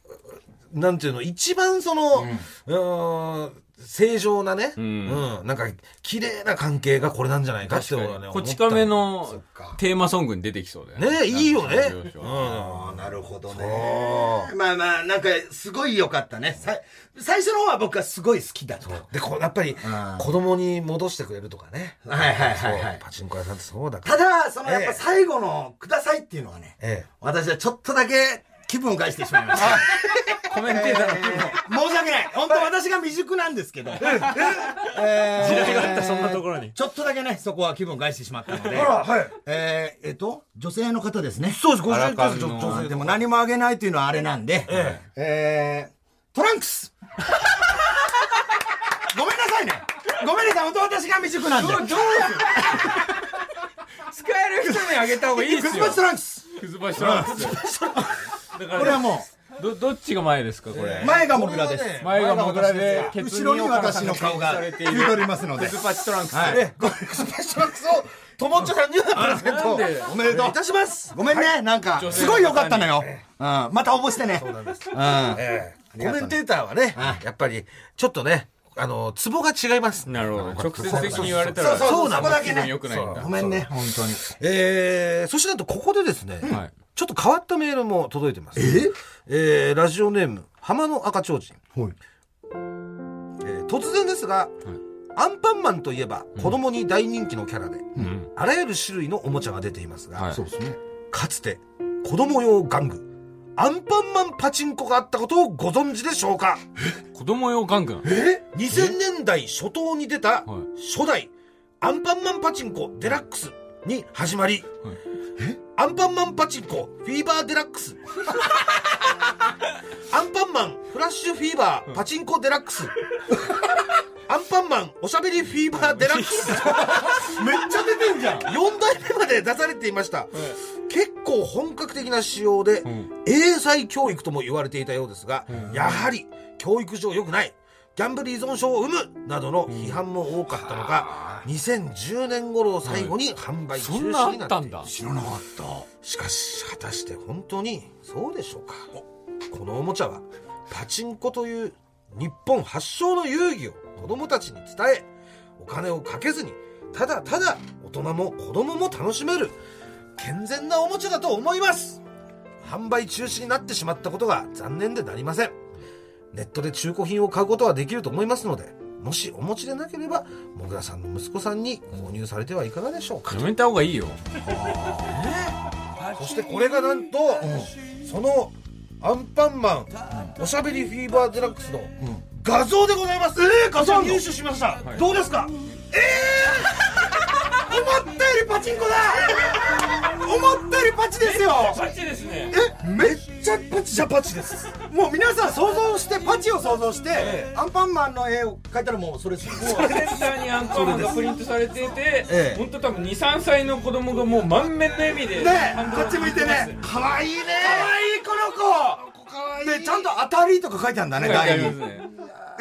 なんていうの、一番その、うーん、正常なね、うん、なんか綺麗な関係がこれなんじゃないかって俺はね、こち思っ亀たの。のテーマソングに出てきそうだよね、いいよね。そうう。そうんなるほどね。あまあまあ、なんか、すごい良かったね。さい最初の方は僕はすごい好きだと。ーで、こうやっぱりん、子供に戻してくれるとかね。はいはいはいはいそうパチンコ屋さんってそうだから。ただ、そのえやえっぱ最後のくださいっていうのはね、ええ私はちょっとだけ気分を返してしまいました。コメンテーターの気分申し訳ない。本当私が未熟なんですけど。時代があったそんなところにちょっとだけね、そこは気分を害してしまったので。はい。えー、えっと、女性の方ですね。そうです、ご主荒人川です、の女女性ででもも。何もあげないというのはあれなんで、えー、トランクス *laughs* ごめんなさいね。ごめんなさい、本当私が未熟なんで。使える人にあげた方がいいでクすズよバチトランクスクズバシトランクスだかこれはらもどどっちが前ですかこれう、前がモグラです。前がモグラでケツ後ろに私の顔がされてい切るり取りますのでク。ズパチトランクスはい。え、これスペシャルクスを、ともっちょさんにはプレゼント。なんでおめでとう。いたします。ごめんね、なんか、すごい良かったのよ。うん、また応募してね。そうなんです。うん。ええりがコとうねメンテーターはね、やっぱり、ちょっとね、あの、ツボが違います。なるほど直接的に言われたらそうそうそうあんそこまだけね気分良くないんだごめんね、本当に。えー、そしてなんとここでですね、はいちょっと変わったメールも届いてます。えー、ラジオネーム、浜の赤ちょうちん。はいえー突然ですが、アンパンマンといえば子供に大人気のキャラで、んあらゆる種類のおもちゃが出ていますが、はいそうですね。かつて子供用玩具、アンパンマンパチンコがあったことをご存知でしょうか子供用玩具なの2000年代初頭に出たは初代アンパンマンパチンコデラックスに始まり、アンパンマンパチンコフィーバーデラックスアンパンマンフラッシュフィーバーパチンコデラックスアンパンマンおしゃべりフィーバーデラックスめっちゃ出てんじゃん。 4代目まで出されていました、結構本格的な仕様で、英才教育とも言われていたようですが、やはり教育上良くないギャンブル依存症を生むなどの批判も多かったのか、2010年頃を最後に販売中そん止になあなっていっるたんだ知らなかった。しかし果たして本当にそうでしょうかこのおもちゃはパチンコという日本発祥の遊戯を子供たちに伝えお金をかけずにただただ大人も子供も楽しめる健全なおもちゃだと思います販売中止になってしまったことが残念でなりませんネットで中古品を買うことはできると思いますのでもしお持ちでなければもぐらさんの息子さんに購入されてはいかがでしょうかやめた方がいいよそしてこれがなんと、そのアンパンマン、おしゃべりフィーバーデラックスの画像でございます、ええ画像入手しました、どうですか思ったよりパチンコだ思ったよりパチですよパチですねえめっちゃパチじゃパチですもう皆さん想像してパチを想像して、アンパンマンの絵を描いたらもうそれすごいセンターにアンパンマンがプリントされていて、ええ本当多分23歳の子供がもう満面の笑みでねこっち向いてね可愛いね可愛いこの子この子可愛いでちゃんと当たりとか書いてあるんだねあ台りにますね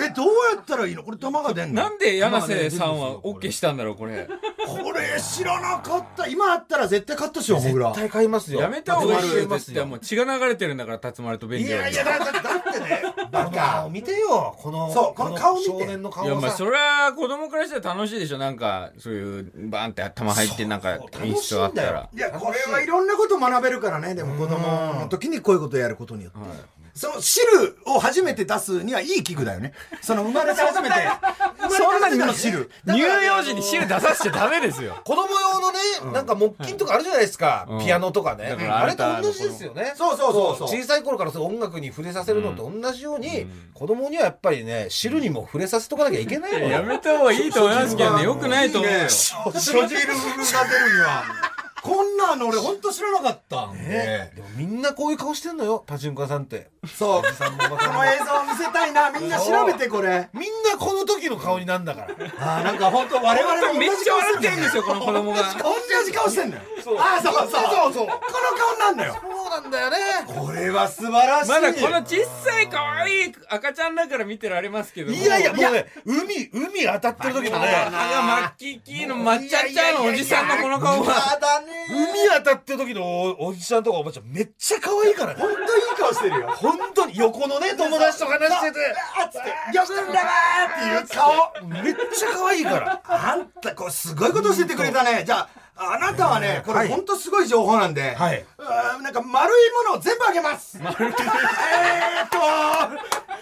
えどうやったらいいのこれ玉が出んのなんで柳瀬さんは OK したんだろうこれこれ知らなかった今あったら絶対カットしようもぐら絶対買いますよ。やめた方がいいよでだっすてもう血が流れてるんだから辰丸とベンいジやはいやだだだって *laughs* ねバカを見てよ、この。そうこの顔見て少年の顔いやまがあさ。それは子供からしたら楽しいでしょなんかそういうバーンって頭入ってなんか演出あったらいやこれはいろんなこと学べるからねでも子供の時にこういうことをやることによって、その汁を初めて出すにはいい器具だよねその生まれて初 *laughs* めてそんなにの汁乳幼児に汁出させちゃダメですよ子供用のね、なんか木琴とかあるじゃないですか。うんピアノとかねだ。からああれなたのと同じですよね。そうそうそうそう小さい頃からそう音楽に触れさせるのと同じように、子供にはやっぱりね、汁にも触れさせとかなきゃいけないのやよ。めた方がいいと思いますけどねよくないと思うよねそう *laughs* 白汁が出るにはこんなの俺本当知らなかったんで、でもみんなこういう顔してんのよ、パチンコ屋さんって。そうこの映像を見せたいなみんな調べてこれみんなこの時の顔になんだから。あーなんか本当我々も同めっじちゃ顔笑しっててるんるんだでよすよこの子供が同じ顔してんのよああそうそそううそうこの顔なんだよ *laughs* そうなんだよね。これは素晴らしいまだこの小さい可愛い赤ちゃんだから見てられますけどもいやいや、もうね、海、海当たってる時のね、あマッキーキーの抹茶茶のおじさんのこの顔はあだね海当たってる時のおおじさんとかおばちゃんめっちゃ可愛いからね。本当いい顔してるよ本当に横のね、友達と話してて、あっつって「よくんだわ!」っていう顔めっちゃ可愛いから。あんたこれすごいことしててくれたねじゃああなたはねこれ本当すごい情報なんで、はいあーなんか丸いものを全部あげます丸いえーっと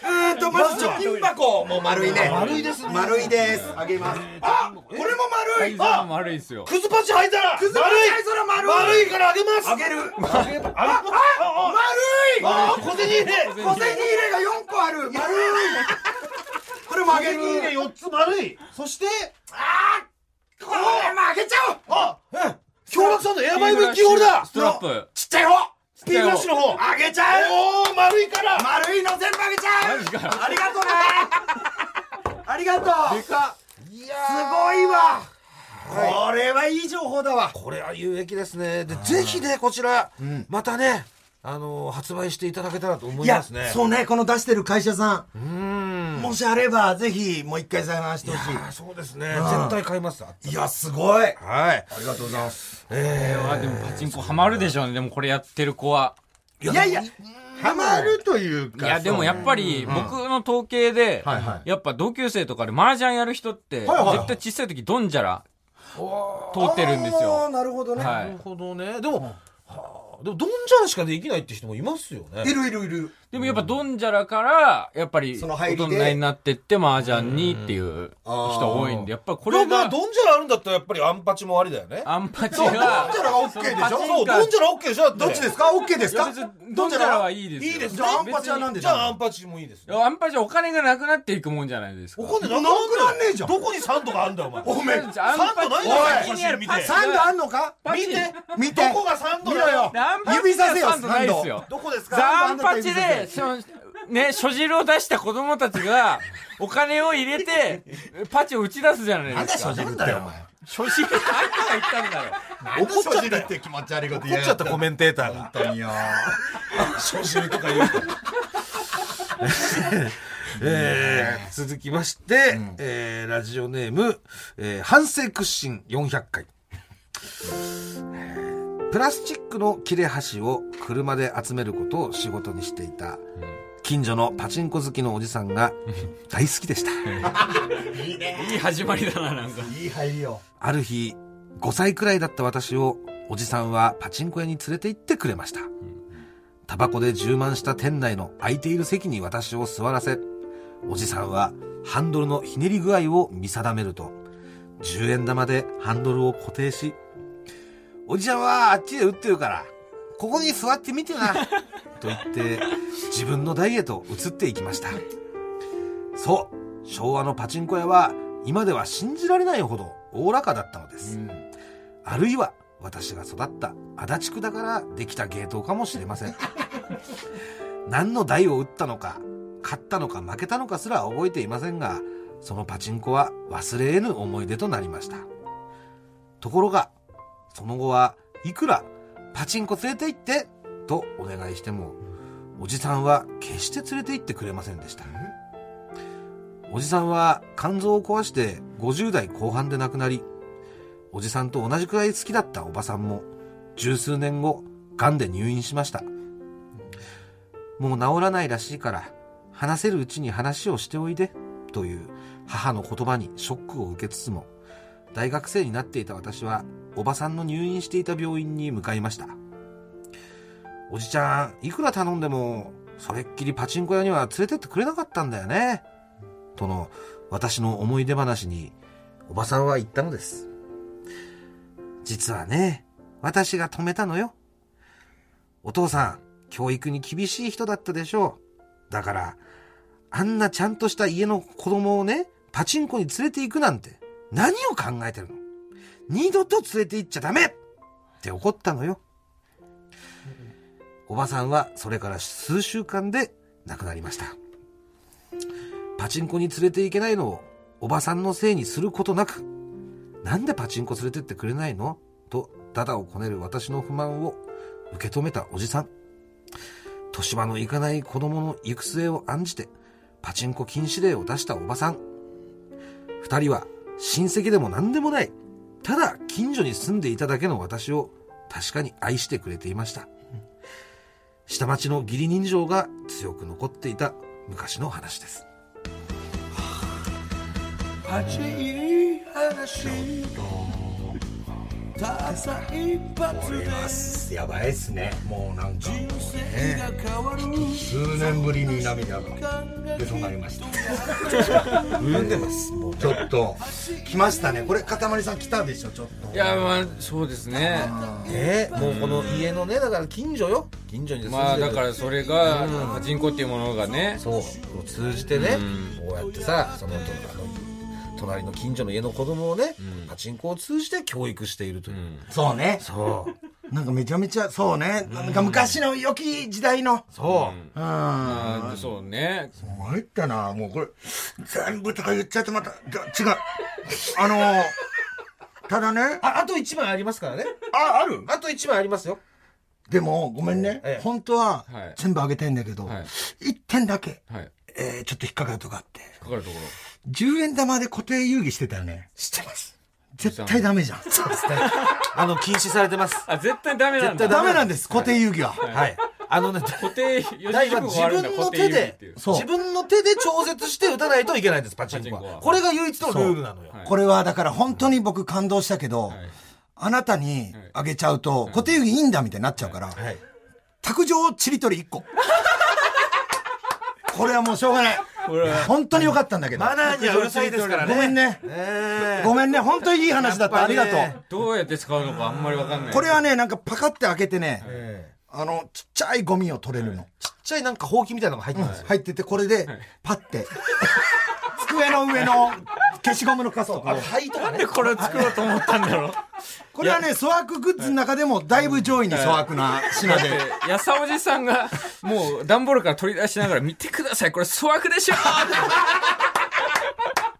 うーんとまず貯金箱もう丸いね丸いです丸いですあげますあこれも丸いあ悪いですよクズパチ履いたらくずまいそら丸い丸いからあげますあげるあげあああ丸あ小銭入れい小銭入れが4個ある丸いこれもあげる4つ丸いそしてあーこれもあげちゃおうあ京楽さんのエアバイブ1キーホルダストラップちっちゃい方ーピーフラッシュの方あげちゃうおお丸いから丸いの全部あげちゃうマジかありがとうねありがとうでかいやすごいわこれはいい情報だわこれは有益ですねでぜひねこちらまたねあの発売していただけたらと思いいまやすねそうねこの出してる会社さうーんんもしあればぜひもう一回探してほしあそうですねうん絶対買いますいいやすごいはいありがとうございます。えあでもパチンコハマるでしょうねでもこれやってる子はいやいや、ハマるといういか。やでもやっぱり僕の統計ではいはいやっぱ同級生とかで麻雀やる人ってはいはい絶対小さい時ドンジャラ通ってるんですあーよなるほどね。はないるほどねでもはあでもドンジャラしかできないって人もいますよねいるいるいる。でもやっぱドンジャラからやっぱりその大入りで人になってって麻雀にっていう人多いんでやっぱここれれががドンジャラあるんだったらやっぱりアンパチもありだよねアンパチそう、ドンジャがラが OK でそしのパチンょそうドンジャラ OK でしょだってどっちですか ?OK ですいやか別にドンジャラはいいですよいいですじゃあアンパチは何でじゃあアンパチもいいですいやアンパチはお金がなくなっていくもんじゃないですかお金なくなんねえじゃんどこに3とかあるんだよ *laughs* お前おめえ、3アンパサンドないチだろおい気になる見てパチ度あんのか見て見どて。こが3度見だろよ。アンパチ指させよ、サンドないですよサンドどこですかザアンパチサンドあんのかで、その、ね、所汁を出した子供たちが、お金を入れて、パチを打ち出すじゃないですか。なんだよ、お前。所汁、 *laughs* あんたが言ったんだろ。怒っちゃってって気持ち悪いこと言いやがって。コメンテーターが本当によ。調子とか言うとえー続きまして、えーラジオネーム、えー反省屈伸400回プラスチックの切れ端を車で集めることを仕事にしていた近所のパチンコ好きのおじさんが大好きで *laughs* したいい始まりだな、なんか。いい入りよ。ある日、5歳くらいだった私を、おじさんはパチンコ屋に連れて行ってくれました。タバコで充満した店内の空いている席に私を座らせ、おじさんはハンドルのひねり具合を見定めると、10円玉でハンドルを固定し、おじちゃんはあっちで打ってるから、ここに座ってみてな、 *laughs* と言って、自分の台へと移っていきました。そう、昭和のパチンコ屋は今では信じられないほどおおらかだったのです。あるいは私が育った足立区だからできた芸当かもしれません。 *laughs* 何の台を打ったのか、勝ったのか負けたのかすら覚えていませんが、そのパチンコは忘れ得ぬ思い出となりました。ところが、その後はいくらパチンコ連れて行ってとお願いしても、おじさんは決して連れて行ってくれませんでしたおじさんは肝臓を壊して50代後半で亡くなりおじさんと同じくらい好きだったおばさんも十数年後癌で入院しましたもう治らないらしいから話せるうちに話をしておいでという母の言葉にショックを受けつつも大学生になっていた私はおばさんの入院していた病院に向かいましたおじちゃんいくら頼んでもそれっきりパチンコ屋には連れてってくれなかったんだよねとの私の思い出話におばさんは言ったのです実はね私が止めたのよお父さん教育に厳しい人だったでしょうだからあんなちゃんとした家の子供をね、パチンコに連れて行くなんて、何を考えてるの二度と連れて行っちゃダメって怒ったのよ。おばさんはそれから数週間で亡くなりました。パチンコに連れて行けないのをおばさんのせいにすることなく、なんでパチンコ連れてってくれないのと、ダダをこねる私の不満を受け止めたおじさん。年場のいかない子供の行く末を案じて、パチンコ禁止令を出したおばさん。二人は親戚でも何でもない、ただ近所に住んでいただけの私を確かに愛してくれていました。下町の義理人情が強く残っていた昔の話です。やばいっすねもうなんか、ね、数年ぶりに涙が出そうになりました踏んでます。もうちょっと来ましたねこれかたまりさん来たでしょちょっいとやまあそうですねねもうこの家のね、だから近所よ。近所に住んでる。まあだからそれがパチンコっていうものがねそうを通じてね、こうやってさそのあの隣の近所の家の子供をね、パチンコを通じて教育しているという、そうねそうなんかめちゃめちゃそうねなんか昔の良き時代のそう、うんあそうね参ったなもうこれ全部とか言っちゃってまたじゃ違うあのーただねああと1枚ありますからねああるあと1枚ありますよでもごめんね、ええ本当ははい全部あげたいんだけど、はい一1点だけ、はいえーちょっと引っかかるとこあってかかるとこ10円玉で固定遊戯してたよね知ってます絶対ダメじゃんあの禁止されてますろあ絶対ダメなんだ絶対ダメなんです固定遊戯は、はいあのね固定四大字は熟自語あるんだ分固定遊の手戯っでていうそう自分の手で調節して打たないといけないんですパチンパコチンコははこれが唯一のルールなのよそうこれはだから本当に僕感動したけど、いあなたにあげちゃうと、固定遊戯いいんだみたいになっちゃうから、はい卓上ちりとり1個 *laughs* これはもうしょうがない本当によかったんだけどマナーにはうるさいですからねごめんねええごめんね本当にいい話だった、やあっぱりねがとうどうやって使うのかあんまりわかんないこれはねなんかパカって開けてね、ええあのちっちゃいゴミを取れるの、ちっちゃいなんかほうきみたいなのが入ってますよ入っててこれでパッて、 *laughs* 机の上の消しゴムのカスとかを灰とかねこれを作ろうと思ったんだろ *laughs* うこれはね、粗悪グッズの中でもだいぶ上位に粗悪な品で。やさおじさんがもう段ボールから取り出しながら見てくださいこれ粗悪でしょ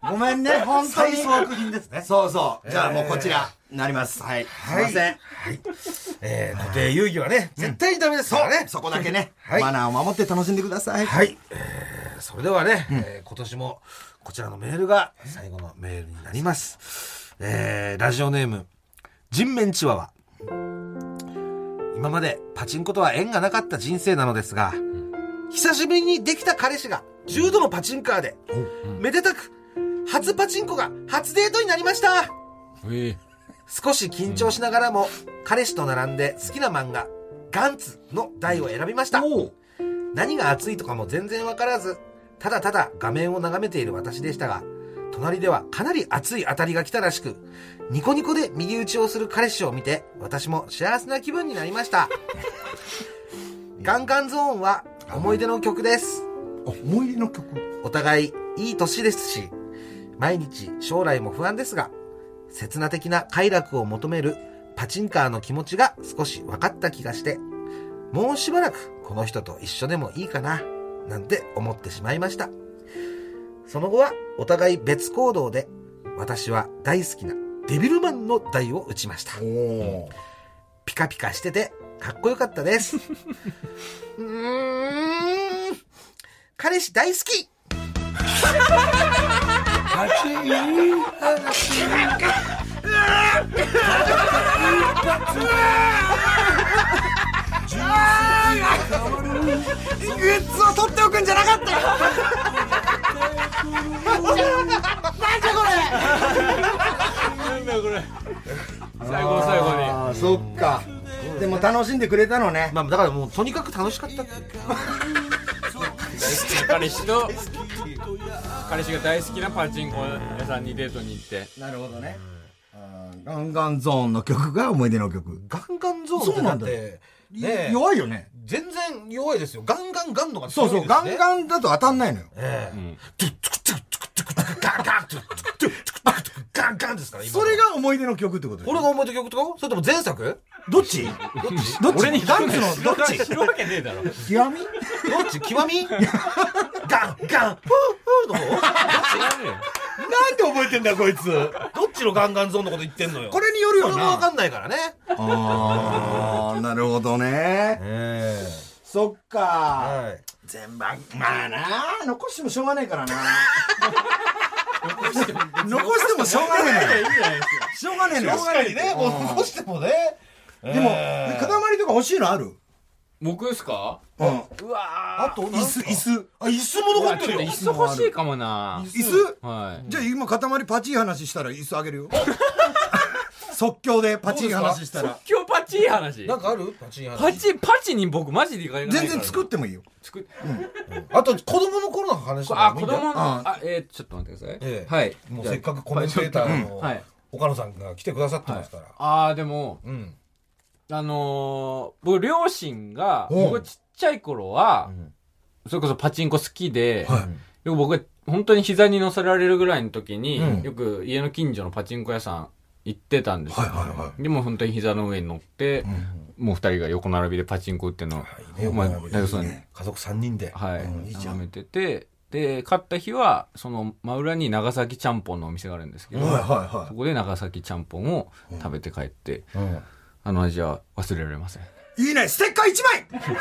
ごめ *laughs* んね、本当に。悪品ですねそうそう。じゃあもうこちら、なります。はい。すいません。ええ固定遊戯はね絶対にダメですからねそこだけね、はいマナーを守って楽しんでください。はい、えーそれではね、えー今年もこちらのメールが最後のメールになります、えーラジオネーム人面チワワ今までパチンコとは縁がなかった人生なのですが久しぶりにできた彼氏が重度のパチンカーで、めでたく初パチンコが初デートになりました少し緊張しながらも、彼氏と並んで好きな漫画、ガンツの台を選びました。何が熱いとかも全然わからず、ただただ画面を眺めている私でしたが、隣ではかなり熱い当たりが来たらしく、ニコニコで右打ちをする彼氏を見て、私も幸せな気分になりました。ガンガンゾーンは思い出の曲です。思い入れの曲。お互いいい年ですし、毎日将来も不安ですが、刹那的な快楽を求めるパチンカーの気持ちが少し分かった気がして、もうしばらくこの人と一緒でもいいかな、なんて思ってしまいました。その後はお互い別行動で、私は大好きなデビルマンの台を打ちました。おピカピカしててかっこよかったです。うーん、彼氏大好きグッズを取っておくんじゃなかったよ最後の最後にああそっかでも楽しんでくれたのねまあ、だからもう、とにかく楽しかったっていう。彼氏と彼氏が大好きなパチンコ屋さんにデートに行ってなるほどねガンガンゾーンの曲が思い出の曲ガンガンゾーンってそうなんだだってねえ弱いよね全然弱いですよ。ガンガンガンのがそ強ういです、そね。うガンガンだと当たんないのよええトゥッツクツクツクツクツクガンガントゥッツクツクツクガンガンガンですから、今のそれ、が思い出の曲ってことでしこれょが思い出曲とかそれとも前作どっどっちちどっち俺にガンツのどっち知るわけねえだろ極みどっち極みガンガンフーフーの *laughs* 方なんで覚えてんだよこいつどっちのガンガンゾーンのこと言ってんのよ。これによるこよれもわなかんないからね。ああなるほどねえそっえかはい。全番まあな残してもしょうがないからな残してもしょうがないのよ *laughs* しょうがねえのよ確かにね、もう残してもね。でも、塊とか欲しいのある僕ですかうん。うわあと、椅子、椅子。あ、椅子もーう残わってちょっるとよ。椅子欲しいかもな椅子はいじゃあ今、塊パチい話したら椅子あげるよ。即興でパチい話したら。今日パチいい話なんかあるパチン話パチパチに僕マジで意外がない全から然作ってもいいよ。作っあと、子供の頃の話とかあもい子いん供じゃないのああえーちょっと待ってくださいええはいもうせっかくコメンテーターのはい岡野さんが来てくださってますから。ああでもうん。あのー、僕両親がおう僕ちっちゃい頃はんそれこそパチンコ好きではいよく僕が本当に膝に乗せられるぐらいの時うんによく家の近所のパチンコ屋さん行ってたんですよはいはいはでも本当に膝の上に乗ってもう二人が横並びでパチンコ打ってんのいいね。まあ岡野大悟さんいいね家族3人で。はい、うんいいじゃん眺めてて、で、勝った日は、その真裏に長崎ちゃんぽんのお店があるんですけど、そこで長崎ちゃんぽんを食べて帰って、うんあの味は忘れられません。いいねステッカー1枚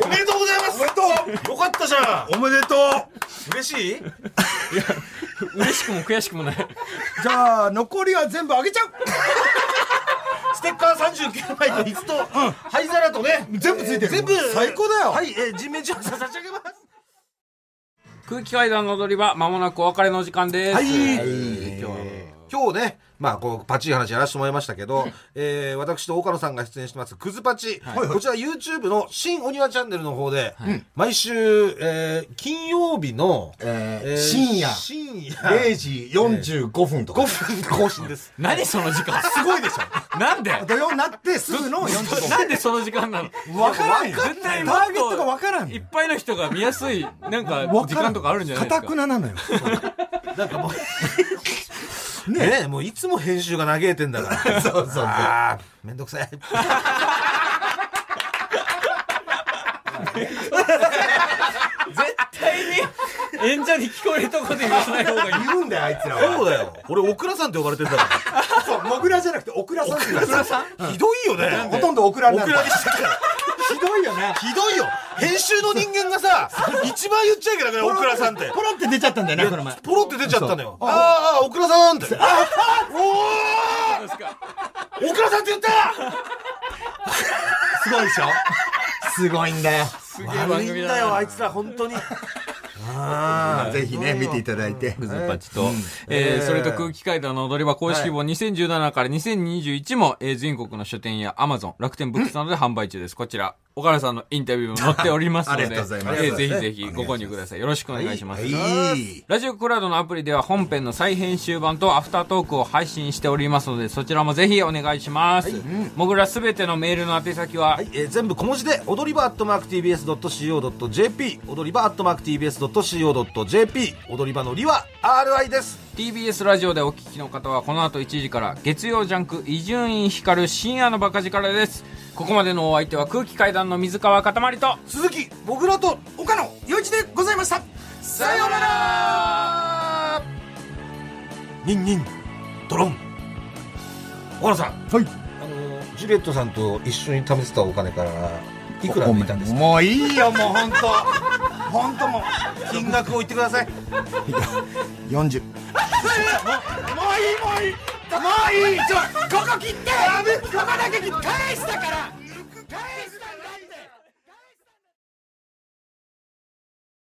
*laughs* おめでとうございますおめでとうよかったじゃおめでとうん嬉しい嬉しくも悔しくもない。 *laughs* じゃあ、残りは全部あげちゃうステッカー39枚と椅子と、灰皿とね、全部ついてる。全部最高だよはい、えー、人面調査差し上げます空気階段の踊り場、まもなくお別れのお時間です。はいえー今今日ね、まあ、こう、パチい話やらせてもらいましたけど、えー、私と岡野さんが出演してます、クズパチ。いこちら YouTube の新お庭チャンネルの方で、毎週、えー、金曜日の、えーえー深夜深夜、 0時45分とか。 5分更新です。何その時間すごいでしなんでょ土曜になってすぐの45分。 *laughs* なんでその時間なのわからんよ。タ絶対ーもっとゲットがわからんいよっ。ぱいの人が見やすい、なんか、わ時ら間とかあるんじゃないですかか。たくななのよ。なんかもう、ねもういつも編集が嘆いてんだから。 *laughs* そうそうそう。あーめんどくさい。絶対に、演者に聞こえるとこで言わない方がいい。言うんだよ、あいつらそうは。だよ。俺、オクラさんって呼ばれてんだかそう、モグラじゃなくてオクラさんって言う。ら。 *laughs* ひどいよね。ほとんどオクラにオなクる。ラにしたから。ひどいよね。 *laughs* ひどいよ編集の人間がさ、一番言っちゃいけないから、オクラさんって。ポロって出ちゃったんだよね、この前。ポロって出ちゃったのよ。あーあー、オクラさんって。あーおーオクラさんって言ったすごいでしょすごいんだよ。すげえ番組だな。あいつら、本当に。ぜひね、見ていただいて。ズパチと、えーそれと空気階段の踊り場公式本2017から2021も、えー全国の書店や Amazon、楽天ブックスなどで販売中です。こちら、岡原さんのインタビューも載っておりますので、ありがとうございますえーぜひぜひご購入ください。よろしくお願いします。い。ラジオクラウドのアプリでは本編の再編集版とアフタートークを配信しておりますので、そちらもぜひお願いします。もぐらすべてのメールの宛先は、はい、えー全部小文字で、踊り場アットマーク TBS.CO.JP、踊り場アットマーク TBS.CO.JP、踊り場のりは RI です。 TBS ラジオでお聞きの方はこの後1時から月曜ジャンク伊集院光る深夜のバカ力ですここまでのお相手は空気階段の水川かたまりと鈴木、もぐらと、岡野、ゆういちでございました。さようならニンニン、ドロン。岡野さん。はい。あのージュレットさんと一緒に貯めてたお金からいくら抜いたんですかもういいよもう本当本当もう金額を言ってください40もういいもういいもういいちょここ切ってここだけ切って返したから返したんだって